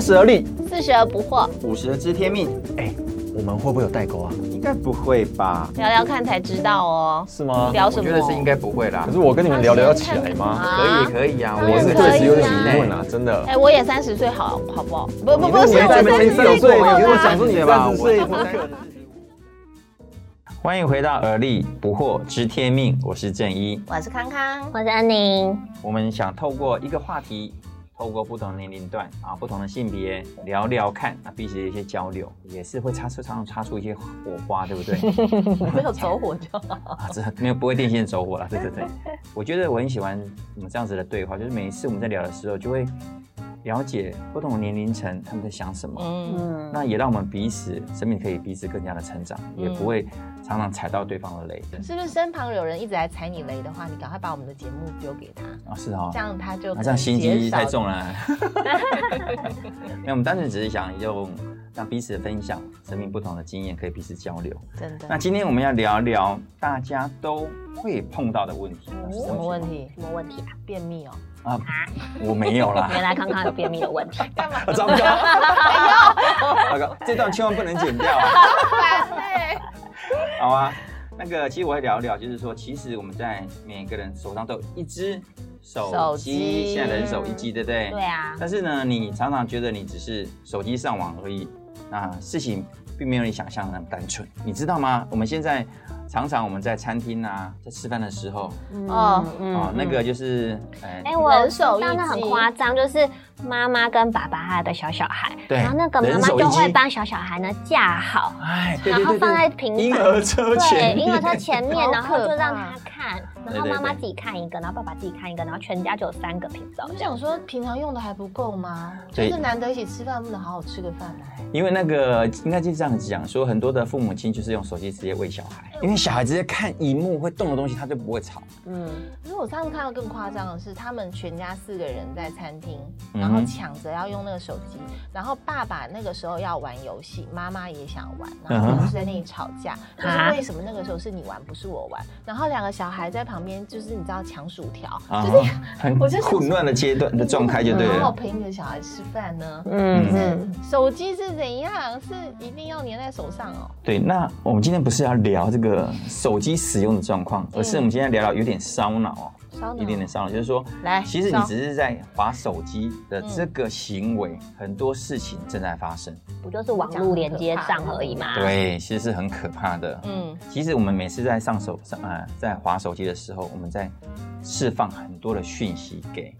十而立，四十而不惑，五十知天命，哎，我们会不会有代沟啊？应该不会吧？聊聊看才知道哦。是吗？聊我什么？觉得是应该不会啦可。是我跟你们聊聊要起来吗？可以以。可以啊，当我然我是是可以顿时有点啊疑问啊，真的。哎，我也三十岁，好好不好？不不不是，你在我三没十30岁岁过我了跟我啦讲说你三十岁不可能。欢迎回到而立不惑知天命，我是正一。我是康康，我是安宁，我们想透过一个话题，透过不同的年龄段啊、不同的性别聊聊看，那彼此的一些交流，也是会擦出常常擦出一些火花，对 不对？没有走火就好。啊，这没有不会电线走火了，对对对。我觉得我很喜欢我们这样子的对话，就是每一次我们在聊的时候，就会了解不同的年龄层他们在想什么。嗯，嗯，那也让我们彼此生命可以彼此更加的成长，也嗯不会常常踩到对方的雷。是不是身旁有人一直来踩你雷的话，你赶快把我们的节目丢给他，啊，是哦这，样他就那这样心减机少太重 了。没有，我们单纯只是想用让彼此分享生命不同的经验，可以彼此交流。真那的。今天我们要聊聊大家都会碰到的问题，那是哦什么问？题？什么问题啊？便秘哦，我没有啦，原来康康有便秘的 问题，干嘛？哎糟糕，糟糕，这段千万不能剪掉 啊！好啊，那个其实我会聊一聊，就是说，其实我们在每个人手上都有一只手手机，机现在人手一机，对不对？对啊，但是呢，你常常觉得你只是手机上网而已，那事情并没有你想象的那么单纯，你知道吗？我们现在常常我们在餐厅啊，在吃饭的时候啊、哦嗯那个就是，哎、哎，我人手一真的很机夸张，就是妈妈跟爸爸还有个小小孩，对然后那个妈人妈手一就会机帮小小孩呢架 好，哎，对对然后对放在对，平婴板。儿车对，前面，婴儿车前 面，好然后可就让怕他看，对然后对妈妈对自己看一个，然后爸爸自己看一个，然后全家就有三个屏我照就相。想说，平常用的还不够吗？就对是难得一起吃饭，不能好好吃个饭吗？因为那个应该就是这样讲，说很多的父母亲就是用手机直接喂小孩，嗯因为小孩直接看荧幕会动的东西，他就不会吵。嗯，可是我上次看到更夸张的是，他们全家四个人在餐厅，嗯哼然后抢着要用那个手机，然后爸爸那个时候要玩游戏，妈妈也想玩，然后嗯哼就是在那里吵架，就是为什么那个时候是你玩不是我玩，然后两个小孩在旁边就是你知道抢薯条，啊 就是，很我就想混乱的阶段的状态就对然后了。陪你的小孩吃饭呢。嗯嗯，手机是怎样？是一定要粘在手上哦？对，那我们今天不是要聊这个手机使用的状况，而是我们今天聊聊有点烧脑烧哦，脑有点点烧脑，就是说，嗯来其实你烧嗯只是在划手机的这个行为，很多事情正在发生，嗯不就是网络连接上而已嘛。，对，其实是很可怕的。嗯，其实我们每次在上手上呃，在划手机的时候，我们在释放很多的讯息给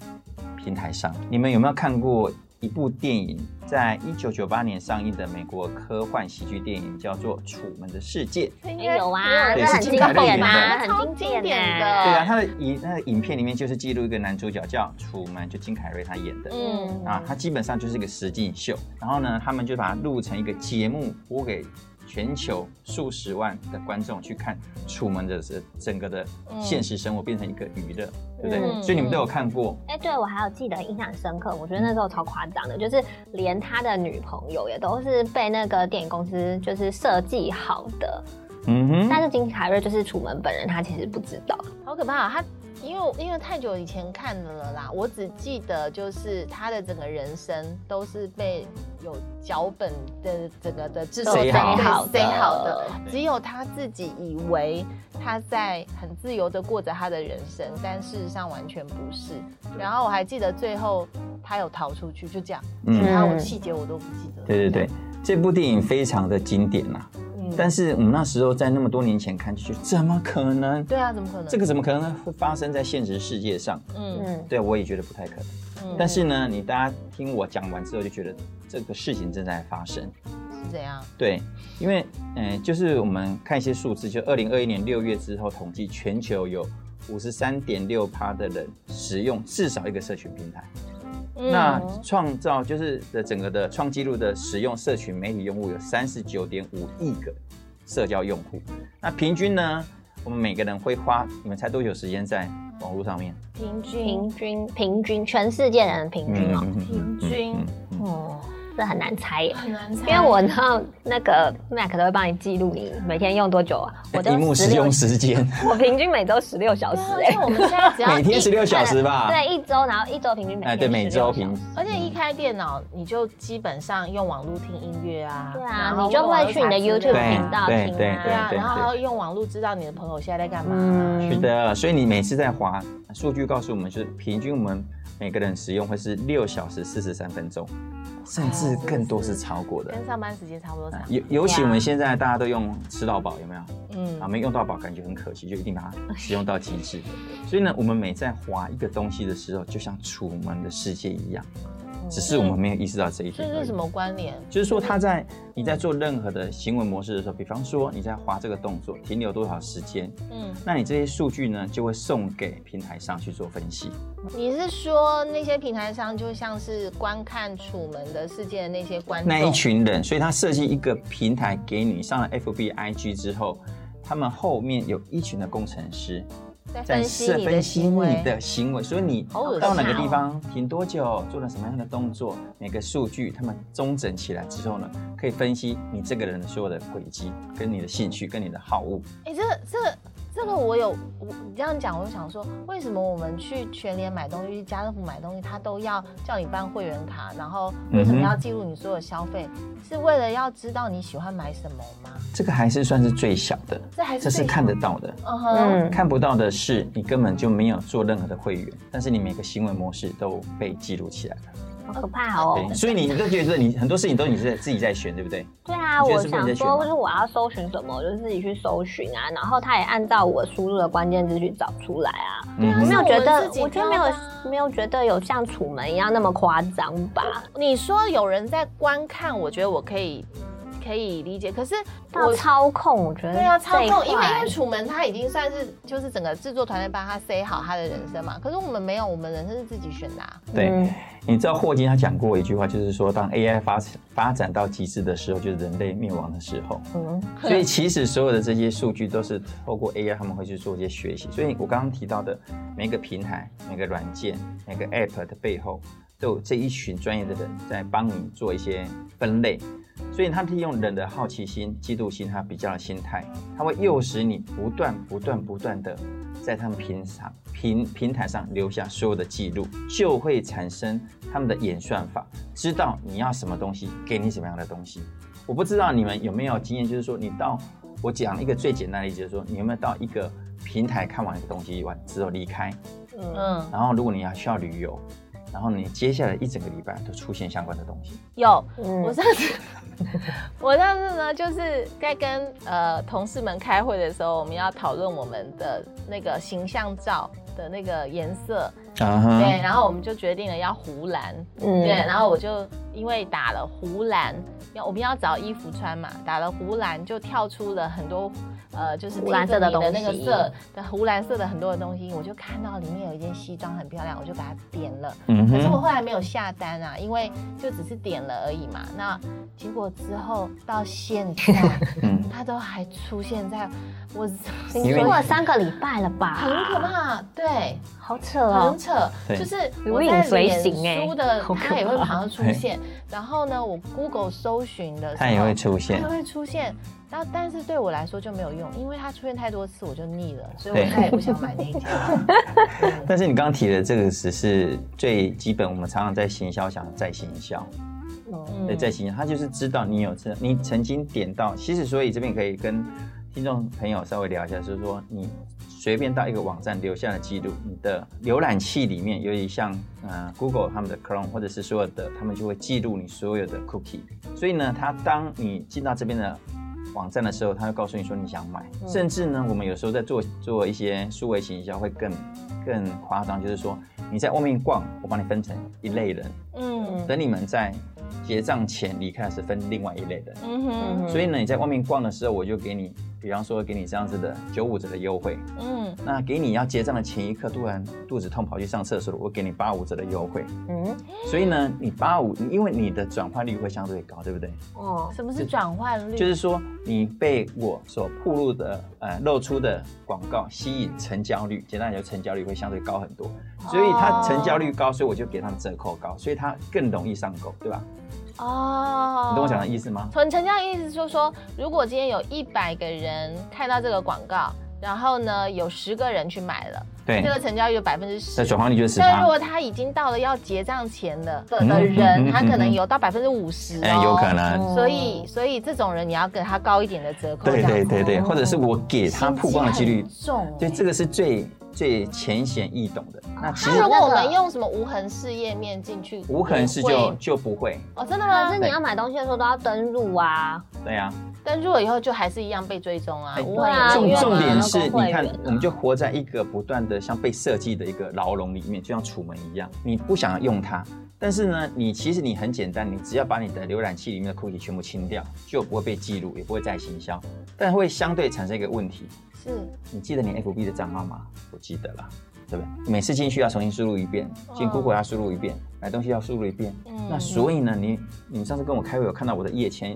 平台上。你们有没有看过一部电影，在一九九八年上映的美国科幻喜剧电影，叫做《楚门的世界》？哎有啊，对这是很金经凯利演典的啊，超很经经典典的啊。对啊，他的影那个影片里面就是记录一个男主角叫楚门，就金凯瑞他演的。嗯啊，他基本上就是一个实境秀，然后呢，他们就把它录成一个节目，播给全球数十万的观众去看楚门的这整个的现实生活，变成一个娱乐，对不对？嗯所以你们都有看过，哎、对我还有记得印象很深刻，我觉得那时候超夸张的，就是连他的女朋友也都是被那个电影公司就是设计好的，嗯但哼，是金凯瑞就是楚门本人，他其实不知道。好可怕、啊！他因为因为太久以前看的了啦，我只记得就是他的整个人生都是被有脚本的整个的制作谁好好谁塞好好的的，只有他自己以为他在很自由的过着他的人生，但事实上完全不是。然后我还记得最后他有逃出去，就这样，嗯，然后我细节我都不记得。对对对，这部电影非常的经典呐、嗯但是我们那时候在那么多年前看，就觉得怎么可能？对啊，怎么可能？这个怎么可能会发生在现实世界上？嗯嗯，对啊我也觉得不太可能。嗯但是呢，你大家听我讲完之后，就觉得这个事情正在发生。是怎样？对，因为嗯、呃就是我们看一些数字，就二零二一年六月之后统计，全球有五十三点六趴的人使用至少一个社群平台，嗯嗯嗯那哦创造就是的整个的创纪录的使用社群媒体用户有三十九点五亿个社交用户，那平均呢，我们每个人会花，你们猜多久时间在网络上面？平均平均平均全世界人的平均哦、嗯嗯嗯嗯嗯嗯哦，这很难猜耶。很难猜。因为我知道那个 Mac 都会帮你记录你每天用多久啊， 我都荧幕使16用时间，我平均每周十六小时对啊，哎、像我们现在只要每天一十六小时吧。对，一周，然后一周平均每哎，对，每周平，而且一开电脑，你就基本上用网络听音乐啊，对然啊，后你就会去你的用网络查资 YouTube 料对频道对听对对啊，啊，对然后对还要用网络知道你的朋友现在在干嘛。是嗯，的，所以你每次在滑，数据告诉我们，就是平均我们每个人使用会是六小时四十三分钟，甚至更多是超过的。跟上班时间差不多长。尤尤其我们现在大家都用吃到饱，有没有？啊，嗯，没用到饱感觉很可惜，就一定把它使用到极致。所以呢，我们每在滑一个东西的时候，就像楚门的世界一样，只是我们没有意识到这一嗯这点。是什？么关联？就是说，他在你在做任何的行为模式的时候，比方说你在滑这个动作停留多少时间，嗯，那你这些数据呢，就会送给平台上去做分析。你是说那些平台商就像是观看《楚门的世界》的那些观众那一群人，所以他设计一个平台给你，上了 FB、IG 之后，他们后面有一群的工程师在在分析你的分析行为你的行为，所以你好恶心到哪个哦地方停多久，做了什么样的动作，每个数据他们中整起来之后呢，可以分析你这个人的所有的轨迹，跟你的兴趣，跟你的好恶。哎、这个这个这个我有，我你这样讲，我就想说，为什么我们去全联买东西、去家乐福买东西，他都要叫你办会员卡，然后为什么嗯哼要记录你所有消费？是为了要知道你喜欢买什么吗？这个还是算是最小的，这还是这是最小看得到的。嗯哼，嗯，看不到的是，你根本就没有做任何的会员，但是你每个行为模式都被记录起来了。好可怕哦。对，所以你都觉得你很多事情都你是自己在选，对不对？对啊，你觉得我是不是想你在选说，吗就是我要搜寻什么，我就自己去搜寻啊，然后他也按照我输入的关键字去找出来啊。嗯我没哼，有觉得，是我我们自己觉得没挑的啊有没有觉得有像楚门一样那么夸张吧？你说有人在观看，我觉得我可以可以理解，可是到我。操控，我觉得对啊，操这一控，因为块因为楚门他已经算是就是整个制作团队帮他塞好他的人生嘛，可是我们没有，我们人生是自己选的、啊。对。嗯你知道霍金他讲过一句话，就是说，当 AI 发发展到极致的时候，就是人类灭亡的时候。嗯所以其实所有的这些数据都是透过 AI 他们会去做一些学习。所以我刚刚提到的每个平台、每个软件、每个 App 的背后，都有这一群专业的人在帮你做一些分类。所以它利用人的好奇心、嫉妒心，还有比较的心态，它会诱使你不断、不断、不断的在他们平上平平台上留下所有的记录，就会产生他们的演算法，知道你要什么东西，给你什么样的东西。我不知道你们有没有经验，就是说你到我讲一个最简单的例子，就是说你有没有到一个平台看完一个东西完之后离开，嗯，嗯，然后如果你要需要旅游，然后你接下来一整个礼拜都出现相关的东西，有，嗯我上次，我上次呢，就是在跟呃同事们开会的时候，我们要讨论我们的那个形象照的那个颜色，啊对，，然后我们就决定了要湖蓝，嗯对，然后我就因为打了湖蓝，要我们要找衣服穿嘛，打了湖蓝就跳出了很多。呃，就是湖蓝色的 Tiffany 那个东西色的湖蓝色的很多的东西，我就看到里面有一件西装很漂亮，我就把它点了。嗯可是我后来没有下单啊，因为就只是点了而已嘛。那结果之后到现在， 嗯它都还出现在我，很你因为过了三个礼拜了吧？可，怕，对，好扯很哦。扯，对就是如我影在随脸形欸书的好可它也会怕马上出对现，然后呢，我 Google 搜寻的时候，它也会出它现也，会出现。然后，但是对我来说就没有用，因为它出现太多次，我就腻了，所以我对再也不想买那一件。但是你刚刚提的这个只是最基本，我们常常在行销想再行销，嗯对，在行销，他就是知道你有这，你曾经点到，其实所以这边可以跟听众朋友稍微聊一下，就是说你随便到一个网站留下的记录，你的浏览器里面，尤其像呃 Google 他们的 Chrome 或者是所有的，他们就会记录你所有的 cookie，所以呢，它当你进到这边的。网站的时候，它会告诉你说你想买，甚至呢，我们有时候在做做一些数位行销会更更夸张，就是说你在外面逛，我帮你分成一类人，嗯等你们在结账前离开时分另外一类的。嗯哼嗯所以呢，你在外面逛的时候，我就给你，比方说给你这样子的九五折的优惠。嗯那给你要结账的前一刻，突然肚子痛跑去上厕所了，我给你八五折的优惠。嗯所以呢，你八五，因为你的转换率会相对高，对不对？哦，什么是转换率？就是说你被我所曝露的呃露出的广告吸引，成交率简单来说，成交率会相对高很多，哦所以它成交率高，所以我就给他们折扣高，所以它更容易上钩，对吧？哦，你懂我讲的意思吗？纯成这样意思就是说，如果今天有一百个人看到这个广告，然后呢有十个人去买了，对这，个成交率有百分之十哎那。转化率就是十但是如趴，果他已经到了要结账前的的嗯的人，嗯嗯他可嗯能嗯有到百分之五十哎，有可。能，所以，所以这种人你要给他高一点的折扣，对这样对子对对，或者是我给他曝光的几率哦心机很重。欸对，这个是最最浅显易懂的。那其那实如果我们用什么无痕式页面进去，无痕式会就就不会，哦，真的可吗啊是？你要买东西的时候都要登录啊，对呀、登入了以后就还是一样被追踪啊，哎无痕也对啊是重因为重我们点要是，购会你看员啊，我们就活在一个不断的像被设计的一个牢笼里面，就像楚门一样，你不想用它，但是呢，你其实你很简单，你只要把你的浏览器里面的 cookie 全部清掉，就不会被记录，也不会再行销，但会相对产生一个问题，是你记得你 FB 的账号吗？我记得了，对不对？每次进去要重新输入一遍，进哦嗯 Google 要输入一遍，买东西要输入一遍。嗯那所以呢，你你们上次跟我开会，有看到我的页签，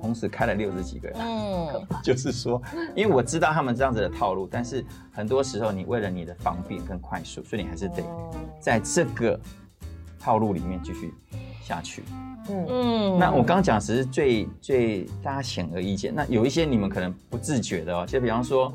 同时开了六十几个人。啊嗯， 就是说，因为我知道他们这样子的套路，但是很多时候你为了你的方便跟快速，所以你还是得哦在这个套路里面继续下去。嗯，嗯那我刚刚讲只是最最大家显而易见，那有一些你们可能不自觉的哦，就比方说，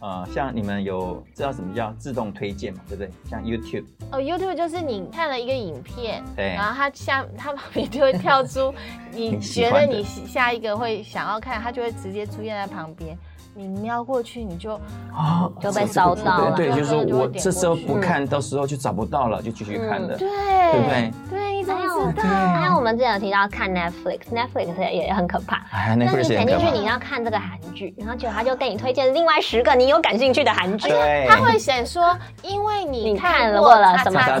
呃，像你们有知道什么叫自动推荐嘛，对不对？像 YouTube，哦，YouTube 就是你看了一个影片，对然后它下它旁边就会跳 出你你喜觉得欢的你喜下一个会想要看，它就会直接出现在旁边。你瞄过去，你就啊就被烧到了对，对就是说就会我点这时候过去不嗯看，到时候就找不到了，就继续看了。对对不对对你怎还有么知道？还有我们之前有提到看 Netflix，Netflix 也也很可怕。哎，那那会你是点很进可去怕。你要看这个韩剧，然后结果他就给你推荐另外十个你有感兴趣的韩剧，对，它会显说，因为你你看看了过了叉什么叉什么叉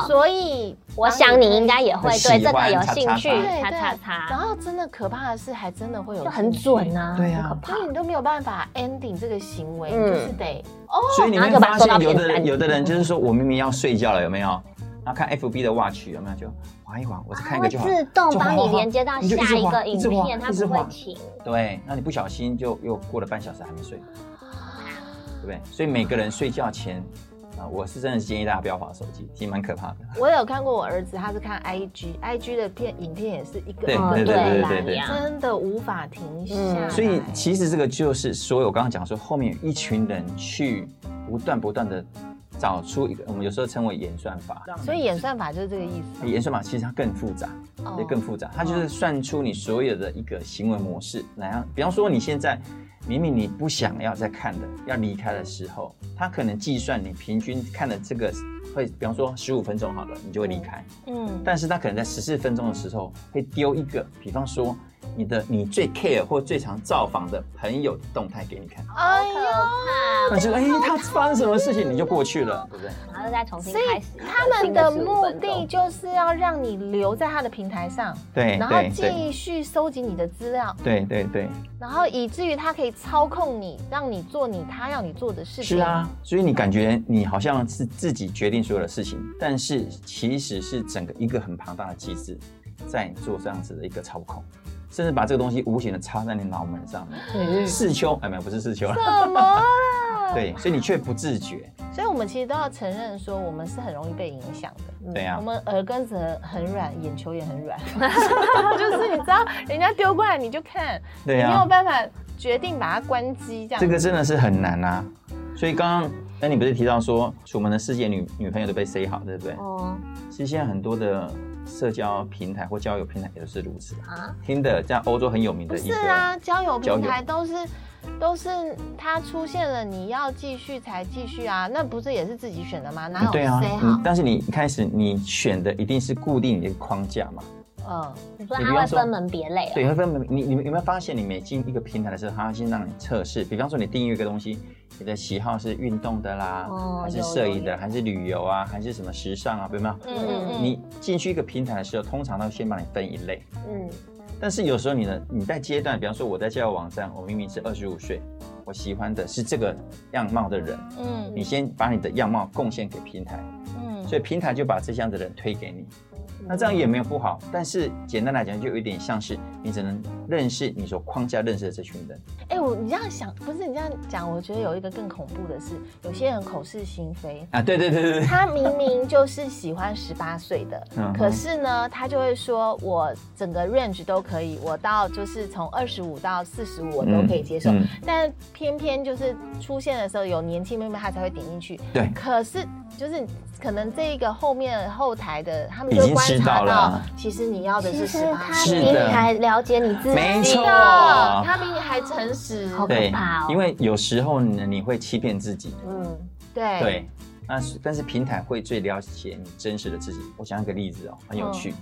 叉所以我想你应该也会对这个有兴喜，趣对叉叉对。然叉，后真的可怕的是，还真的会有就很兴趣准啊，对啊很可所以怕。你都没有办法 ending 这个行为，嗯你就是得所以你会然哦后就把它发收到现，有片的单人里有的人就是说我明明要睡觉了，有没有？然后看 FB 的 watch 有没有就划一划，我只看一个就好。它啊会自动就划帮划你划连接到你就下直一划个影直划片，它一直不会划停。对，那你不小心就又过了半小时还没睡，对不对？所以每个人睡觉前啊、我是真的建议大家不要划手机，其实蛮可怕的。我有看过我儿子，他是看 IG，IG 的片影片也是一个对一个对对一个对啦对对一样真的无法停下来、嗯所以其实这个就是所有我刚刚讲说，后面有一群人去不断不断的找出一个，我们有时候称为演算法。所以演算法就是这个意思。演算法其实它更复杂，也更复杂。它就是算出你所有的一个行为模式，然后比方说你现在明明你不想要再看的，要离开的时候，它可能计算你平均看的这个会，比方说十五分钟好了，你就会离开。嗯，但是它可能在十四分钟的时候会丢一个，比方说你的你最 care 或最常造访的朋友的动态给你看，哎可呦，怕，那就是哎他发生什么事情你就过去了，对不对？然后再重新所开以始一个他们新的15目分钟的就是要让你留在他的平台上，对然后哎对对继续收集你的资料，对对对。然后以至于他可以操控你，让你做你他要你做的事情。是啊，所以你感觉你好像是自己决定所有的事情，但是其实是整个一个很庞大的机制在做这样子的一个操控，甚至把这个东西无形的插在你脑门上面。试秋，哎，没有，不是试秋，怎么了？对，所以你却不自觉，所以我们其实都要承认说，我们是很容易被影响的。嗯对我啊，们耳根子很很软，眼球也 很软，就是你知道人家丢过来你就看，对你没有啊，办法决定把它关机这样。这个真的是很难啊。所以刚刚，那你不是提到说楚门的世界女女朋友都被塞好，对不对？哦其实现在很多的社交平台或交友平台也都是如此。啊，听的在欧洲很有名不的一是个，啊，交友平交台都是都是它出现了，你要继续才继续啊，那不是也是自己选的吗？哪有对谁啊，好嗯？但是你一开始你选的一定是固定的一个框架嘛？嗯，你说你它比会方说分门别类了，对，会分门你你们有没有发现，你每进一个平台的时候，它先让你测试，比方说你订阅一个东西，你的喜好是运动的啦，哦还是有摄有影的，还是旅游啊，还是什么时尚啊，有没有？嗯嗯嗯你进去一个平台的时候，通常它会先把你分一类，嗯，但是有时候你呢，你在阶段，比方说我在交友网站，我明明是二十五岁，我喜欢的是这个样貌的人，嗯你先把你的样貌贡献给平台，嗯所以平台就把这样的人推给你。那这样也没有不好，但是简单来讲，就有一点像是你只能认识你所框架认识的这群人。哎、我你这样想，不是你这样讲，我觉得有一个更恐怖的是，有些人口是心非，啊，对对对对对，他明明就是喜欢十八岁的，嗯哼可是呢，他就会说我整个 range 都可以，我到就是从二十五到四十五我都可以接受，嗯嗯但偏偏就是出现的时候有年轻妹妹，她才会点进去。对可是就是可能这一个后面后台的他们已就经观知察道了到啊，其实你要的其是实十八他是比的你还了解你自己，没错的，他比你还诚实。好可对怕哦，因为有时候呢，你会欺骗自己。嗯，对对，那是但是平台会最了解你真实的自己。我讲一个例子哦，很有趣，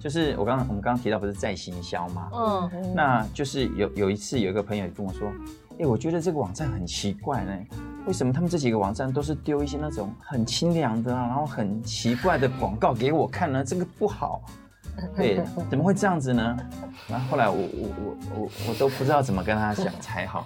就是我刚刚我们刚刚提到不是在行销吗？嗯，那就是有有一次有一个朋友跟我说，哎、我觉得这个网站很奇怪呢、为什么他们这几个网站都是丢一些那种很清凉的啊，然后很奇怪的广告给我看呢？这个不 好。对，怎么会这样子呢？然后后来我我我我我都不知道怎么跟他讲才好，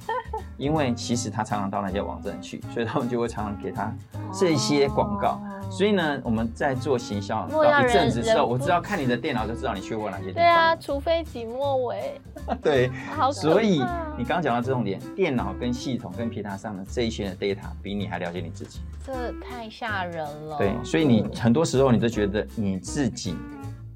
因为其实他常常到那些网站去，所以他们就会常常给他这些广告。所以呢，我们在做行销莫哦要到一阵子之后，人我只要看你的电脑就知道你去过哪些地方。对啊，除非己莫为， 对，好可怕。所以嗯你刚刚讲到这种点，电脑跟系统跟平台上的这一群的 data 比你还了解你自己。这太吓人了。对，所以你很多时候你都觉得你自己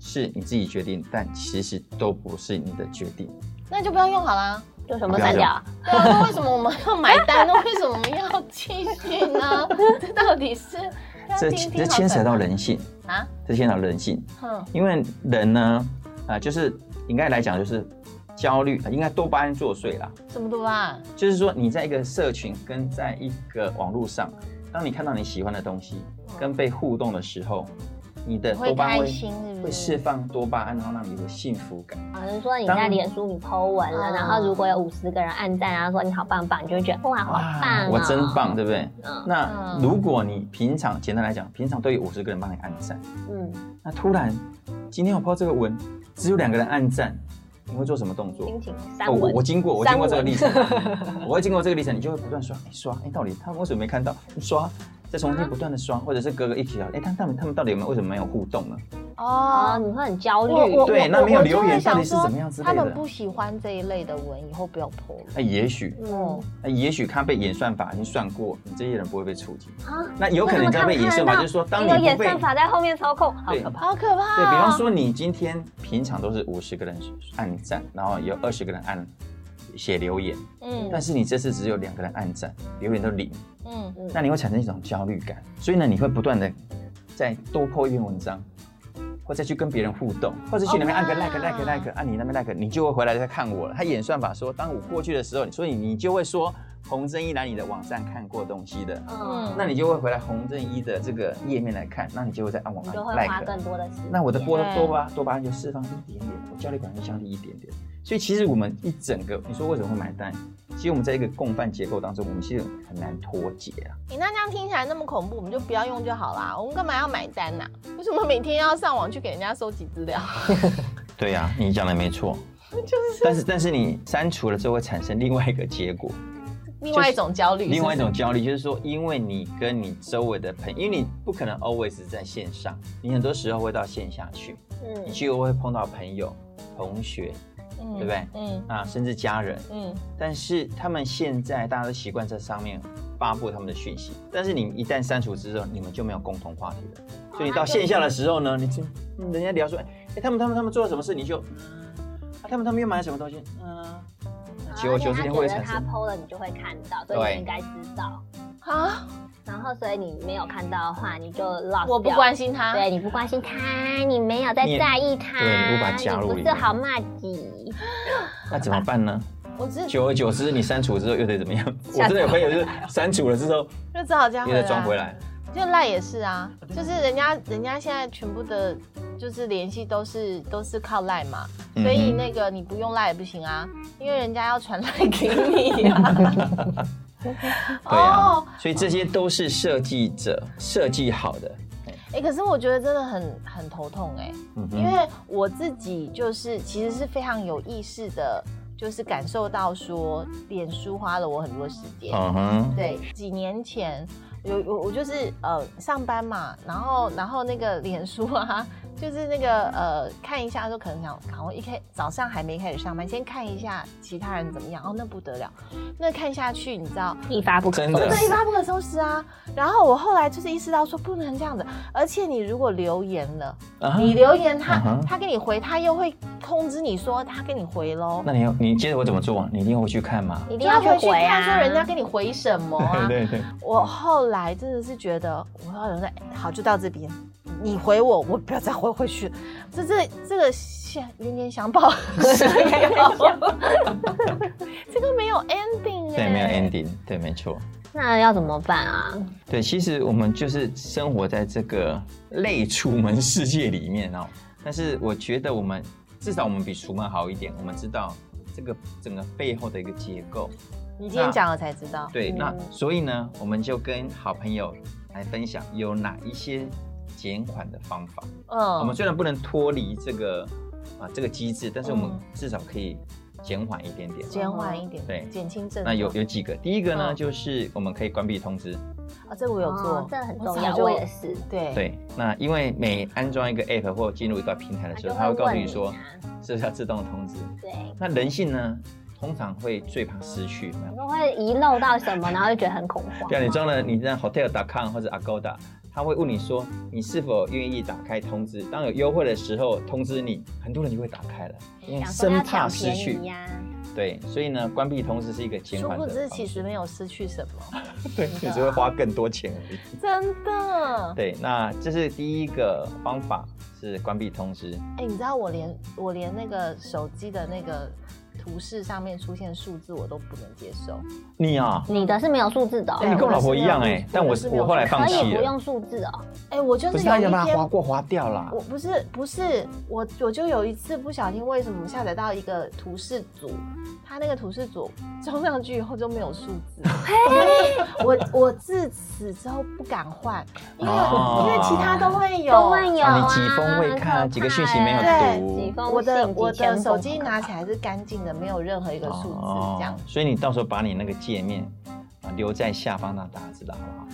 是你自己决定，但其实都不是你的决定。那就不要用好啦。就什么都删掉啊，对啊，那为什么我们要买单？那为什么我们要继续呢？ 这到底是让这听听这好牵扯到感人性，啊？这牵扯到人性，哼，因为人呢，啊、就是应该来讲就是焦虑，呃应该多巴胺作祟啦。什么都啊吧？就是说你在一个社群跟在一个网络上，当你看到你喜欢的东西跟被互动的时候，你的嗯会多巴胺开会心是不是会释放多巴胺，然后让你有幸福感。好像说你在脸书你 Po 文了，嗯然后如果有五十个人按赞，然后说你好棒棒，你就会觉得哇，好棒、哦，我真棒，，对不对？嗯那如果你平常简单来讲，平常都有五十个人帮你按赞，嗯，那突然今天我 po 这个文，只有两个人按赞，你会做什么动作？心情三哦我文，我经过，我经过这个历程三文， 我会经过这个历程，你就会不断刷，哎刷，哎到底他们为什么没看到？刷，再重新不断的刷，或者是隔个一条，哎他他们他们到底有没有为什么没有互动呢？哦，哦。你会很焦虑，我我对我那没有我就留言会想到底是说怎么样之类他们的不喜欢这一类的文，以后不要泼了。那也许，嗯那也许他被演算法已经算过，你这些人不会被触及。啊，那有可能他被演算法，就是说当你你有不演被算法在后面操控，好对可怕。好可怕、哦！对比方，说，你今天平常都是五十个人按赞，然后有二十个人按写留言，嗯但是你这次只有两个人按赞，留言都零，嗯，那你会产生一种焦虑感，所以呢，你会不断的再多破一篇文章，或再去跟别人互动，或者去那边按哦个 like like like，按、你那边 like，你就会回来再看我了。他演算法说，当我过去的时候，所以你就会说洪真一来你的网站看过东西的，嗯，那你就会回来洪真一的这个页面来看，那你就会再按我你按就会 like 花更多的时间。那我的波对多巴多巴胺就释放一点点，我焦虑感就降低一点点。所以其实我们一整个，你说为什么会买单？其实我们在一个共犯结构当中，我们其实很难脱节啊。你那这样听起来那么恐怖，我们就不要用就好啦。我们干嘛要买单呐、啊为什么每天要上网去给人家收集资料？对呀、你讲的没错。 就是，但是但是你删除了之后会产生另外一个结果，另外一种焦虑，另外一是不种焦虑，就是说，因为你跟你周围的朋友，因为你不可能 always 在线上，你很多时候会到线下去，你嗯，去会碰到朋友、同学是，嗯对不对嗯啊，甚至家人，嗯，但是他们现在大家都习惯在上面发布他们的讯息，但是你一旦删除之后，你们就没有共同话题了。啊所以你到线下的时候呢，你就嗯人家聊说，哎、他们他们他们做了什么事，你就，嗯啊，他们他们又买了什么东西，嗯、久而久之他你会觉得产他生。 PO 了，你就会看到，所以对你应该知道。啊，然后，所以你没有看到的话，你就 lost 我不掉关心他，对你不关心他，你没有在啊你也在意他，对你无法加入你里不是面好骂己。那怎么办呢？我只久而久之，你删除之后又得怎么 样？我真的有朋友就是删除了之后就只好这样又得回来。装回来。就赖也是啊，就是人家人家现在全部的，就是联系都是都是靠赖嘛，嗯哼所以那个你不用赖也不行啊，因为人家要传赖给 你啊。对啊哦，嗯所以这些都是设计者设计好的。哎、可是我觉得真的很很头痛哎、嗯因为我自己就是其实是非常有意识的，就是感受到说，脸书花了我很多时间。嗯哼，对，几年前有我我就是呃上班嘛，然后然后那个脸书啊，就是那个呃，看一下就可能想，然后一开早上还没开始上班，先看一下其他人怎么样，哦，那不得了，那看下去，你知道，一发不可真收的拾这一发不可收拾啊。然后我后来就是意识到说，不能这样子，而且你如果留言了，啊你留言他、嗯哼他给你回，他又会通知你说他给你回喽。那你要你接着我怎么做？你一定会去看吗？一你定要就回去去回啊！看说人家给你回什么啊？对对，我后来真的是觉得，我后来说，哎好，就到这边，你回我，我不要再回回去。这这这个像冤冤相报是没有，这个没有 ending 哎、对，没有 ending，对，没错。那要怎么办啊？对，其实我们就是生活在这个类楚门世界里面哦。但是我觉得我们至少我们比楚门好一点，我们知道这个整个背后的一个结构。你今天讲了才知道，对，那嗯所以呢，我们就跟好朋友来分享有哪一些减缓的方法。我们嗯，虽然不能脱离这个啊这个机制，但是我们嗯至少可以减缓一点点。减缓一点，对减轻症状。那有有几个，第一个呢，嗯就是我们可以关闭通知。啊，这个我有做，哦这很我重早要，就我也是。对，对，那因为每安装一个 app 或进入一个平台的时候，它会告诉你说他就会问你啊这是要自动通知。对，那人性呢，通常会最怕失去。有没有你会遗漏到什么，然后就觉得很恐慌。对啊，你装了你这样 hotel.com 或者 Agoda，他会问你说你是否愿意打开通知，当有优惠的时候通知你，很多人就会打开了，因为想说要嗯生怕抢失便去宜。啊呀，对，所以呢，关闭通知是一个减殊缓不的知方其式。实没有失去什么， 对，你只会花更多钱而已。真的。对，那这是第一个方法，是关闭通知。哎、你知道我连我连那个手机的那个图示上面出现数字我都不能接受，你啊、你的是没有数字的哦，哎你跟我老婆一样我的哎、是没有但我我的是没有我后来放可以弃不了。用数字哦。哎、我就不是是有他一要把它天，划过划掉啦我。不是不是我我就有一次不小心，为什么下载到一个图示组，它那个图示组装上去以后就没有数字，我我自此之后不敢换，因为、哦因为其他都会有，都会有啊啊，你几封未看很可几个讯息没有怕读对几封我的信我几千的封手机很可拿怕起来是干净的，没有任何一个数字这 样哦。所以你到时候把你那个界面啊留在下方，让大家知道好不好？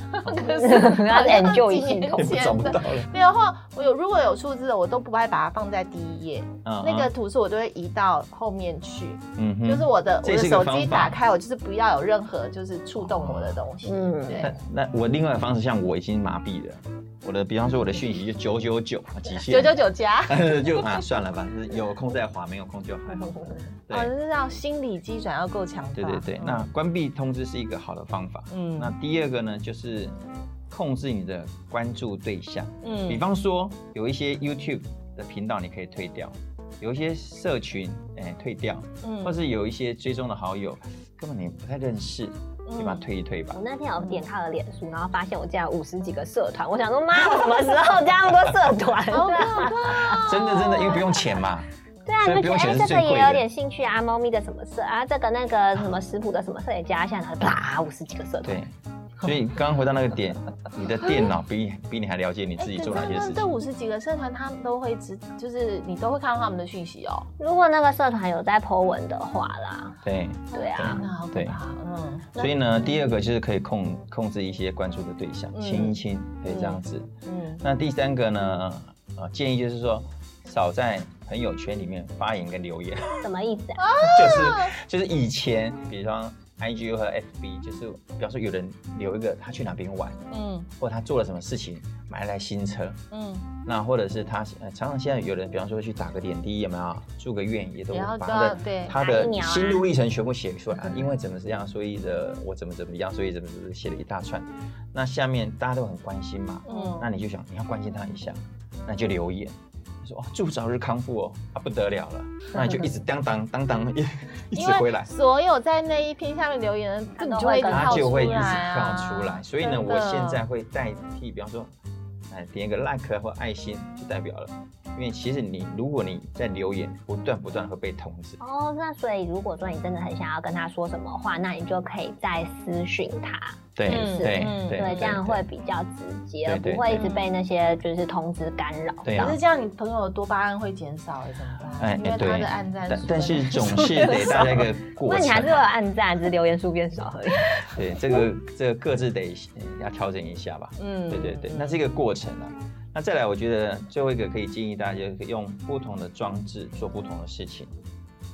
可是 要 enjoy 系统也不找不到了。没有后，我有如果有数字的，我都不会把它放在第一页。嗯那个，图示我都会移到后面去，嗯哼就是我的我这也的是一个手方机法打开，我就是不要有任何就是触动我的东西。嗯对。那那我另外的方式，像我已经麻痹了，我的比方说我的讯息就九九九啊极限，九九九加，九就 啊算了吧，就是有空再划，没有空就还 好。对哦，就是让心理机转要够强大。对对对，嗯那关闭通知是一个好的方法。嗯那第二个呢，就是控制你的关注对象。比嗯方说，有一些 YouTube 的频道你可以退掉，有一些社群哎、退掉，嗯或是有一些追踪的好友根本你不太认识，嗯就把它推一推吧哦我。那天有点开了脸书，然后发现我竟然有五十几个社团，我想说妈，我什么时候加那么多社团？啊好可怕哦真的真的，因为不用钱 嘛。对啊，所以你不就用觉钱得是哎，这最个贵也的有点兴趣啊，猫咪的什么社啊，这个那个什么食谱的什么社也加一下，然后啪五十几个社团。对，所以刚刚回到那个点，你的电脑比你比你还了解你哎自己可做哪是些他事们这情。五十几个社团，他们都会知，就是你都会看到他们的讯息哦。如果那个社团有在 po 文的话啦，哎对，对啊，那好可对怕，嗯。所以呢，第二个就是可以控控制一些关注的对象，嗯亲一亲，可以这样子。嗯那第三个呢，呃，建议就是说，少在朋友圈里面发言跟留言，什么意思啊？ 就是就是以前，比方 I G 和 F B，就是比方说有人留一个他去哪边玩，嗯或他做了什么事情，买了一台新车，嗯，那或者是他呃，常常现在有人，比方说去打个点滴，有没有住个院，也都然后把都他要的对他打疫的苗啊心路历程全部写出来，因为怎么怎么样，所以的我怎么怎么样，所以怎么怎么写了一大串。那下面大家都很关心嘛，嗯那你就想你要关心他一下，那就留言。你说哇，哦祝早日康复哦，啊不得了了，那你就一直当当当当一一因直为回 来，所有在那一篇下面留言的，他根本都就会会一直跟它跳就出会一直来跳啊，出来。所以呢，真我的现在会代替，比方说，哎，点一个 like 或爱心就代表了。因为其实你，如果你在留言，不断不断会被通知。哦，那所以如果说你真的很想要跟他说什么话，那你就可以再私讯他，对嗯对嗯对对，这样会比较直接，而对对不会一直对被那些就是通知干扰。对可啊是这样，你朋友的多巴胺会减少，哎，怎么哎办？因为他的暗战但数但跟是总是得大家一 个过那程你啊。还是有暗赞，只是留言数变少而已。对这个这个各自得呃要调整一下吧。嗯对对对，那是一个过程啊。那再来，我觉得最后一个可以建议大家用不同的装置做不同的事情，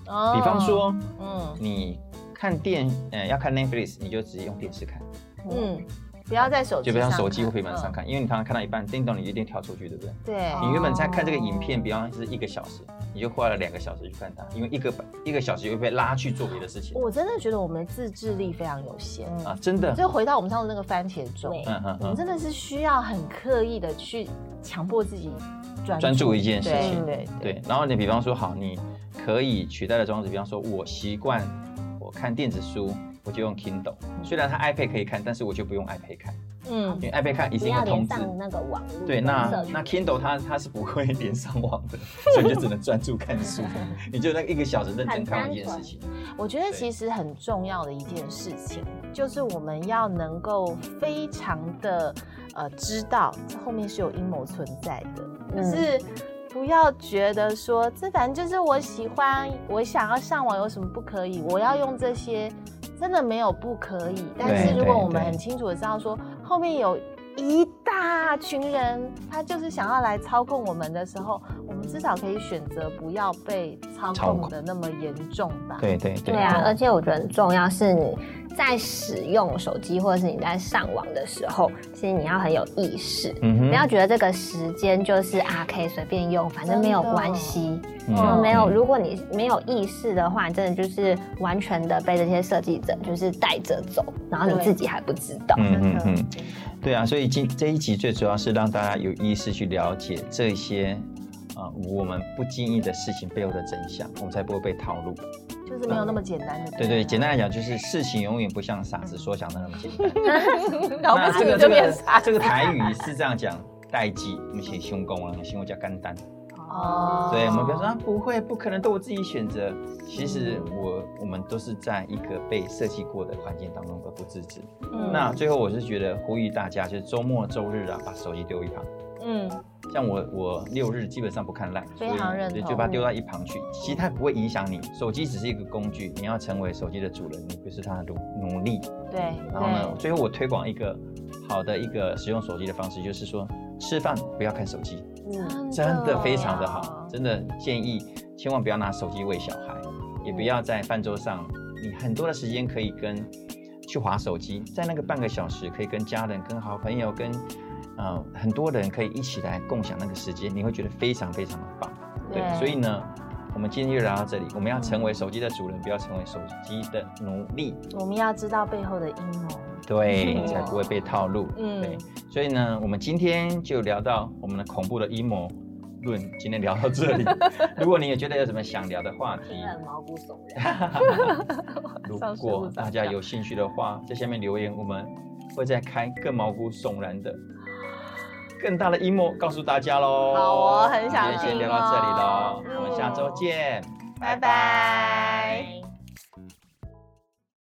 哦比方，说嗯你看电，呃，要看 Netflix，你就直接用电视看，嗯，不要在手机就上看，不要用手机或平板上嗯。看，因为你常常看到一半，叮咚你就一定跳出去，对不对？对，哦你原本在看这个影片，比方是一个小时，你就花了两个小时去看它，因为一个一个小时又被拉去做别的事情我真的觉得我们的自制力非常有限。啊，真的，就回到我们上次那个番茄钟，对嗯嗯我们嗯，真的是需要很刻意的去强迫自己专专注一件事情对对对。然后你比方说，好，你可以取代的装置，比方说，我习惯我看电子书，我就用 Kindle，虽然它 iPad 可以看，但是我就不用 iPad 看，嗯因为 iPad 看一不定要会连通知。上那个网络对，那社群那 Kindle 它它是不会连上网的，所以就只能专注看 书，你就那一个小时认真看完一件事情。我觉得对其实很重要的一件事情，就是我们要能够非常的呃知道这后面是有阴谋存在的，就嗯是不要觉得说这反正就是我喜欢，我想要上网有什么不可以？我要用这些，真的没有不可以。但是如果对我们对很清楚的知道说后面有。一大群人，他就是想要来操控我们的时候，我们至少可以选择不要被操操控控的那么严重吧。对对对对啊，而且我觉得很重要是你在使用手机或者是你在上网的时候，其实你要很有意识，嗯哼不要觉得这个时间就是啊可以随便用，反正没有关系。嗯就哦没有，嗯如果你没有意识的话，真的就是完全的被这些设计者就是带着走，然后你对自己还不知道。嗯真的嗯嗯，对啊，所以今这一集最主要是让大家有意识去了解这些啊、呃我们不经意的事情背后的真相，我们才不会被套路。就是没有那么简单的。对对，简单来讲就是事情永远不像傻子所想的那么简单。 单，搞不这清个楚就这变个傻这个台语是这样讲。代际，我们写胸功啊，胸功叫肝胆。哦对，我们不要说啊，不会，不可能，都我自己选择。其实我我们都是在一个被设计过的环境当中而不自知。嗯那最后我是觉得呼吁大家，就是周末周日啊，把手机丢一旁。嗯，像我我六日基本上不看烂，非常认同就把它丢到一旁去。其实它不会影响你，手机只是一个工具，你要成为手机的主人，你不是它的奴奴隶。对然后呢，对，最后我推广一个好的一个使用手机的方式，就是说吃饭不要看手机，真的非常的好，真的建议千万不要拿手机喂小孩，也不要在饭桌上，你很多的时间可以跟去划手机，在那个半个小时可以跟家人、跟好朋友、跟呃很多人可以一起来共享那个时间，你会觉得非常非常的棒。对，所以呢，我们今天就聊到这里，我们要成为手机的主人，不要成为手机的奴隶，我们要知道背后的阴谋。对嗯，才不会被套路。嗯对，所以呢，我们今天就聊到我们的恐怖的阴谋论，今天聊到这里。 如果你也觉得有什么想聊的话题真，的很毛骨悚然。 如果大家有兴趣的话，在下面留言，我们会再开更毛骨悚然的、更大的阴谋告诉大家喽。好哦很今想天先听聊到这里哦喽，我们下周见，拜拜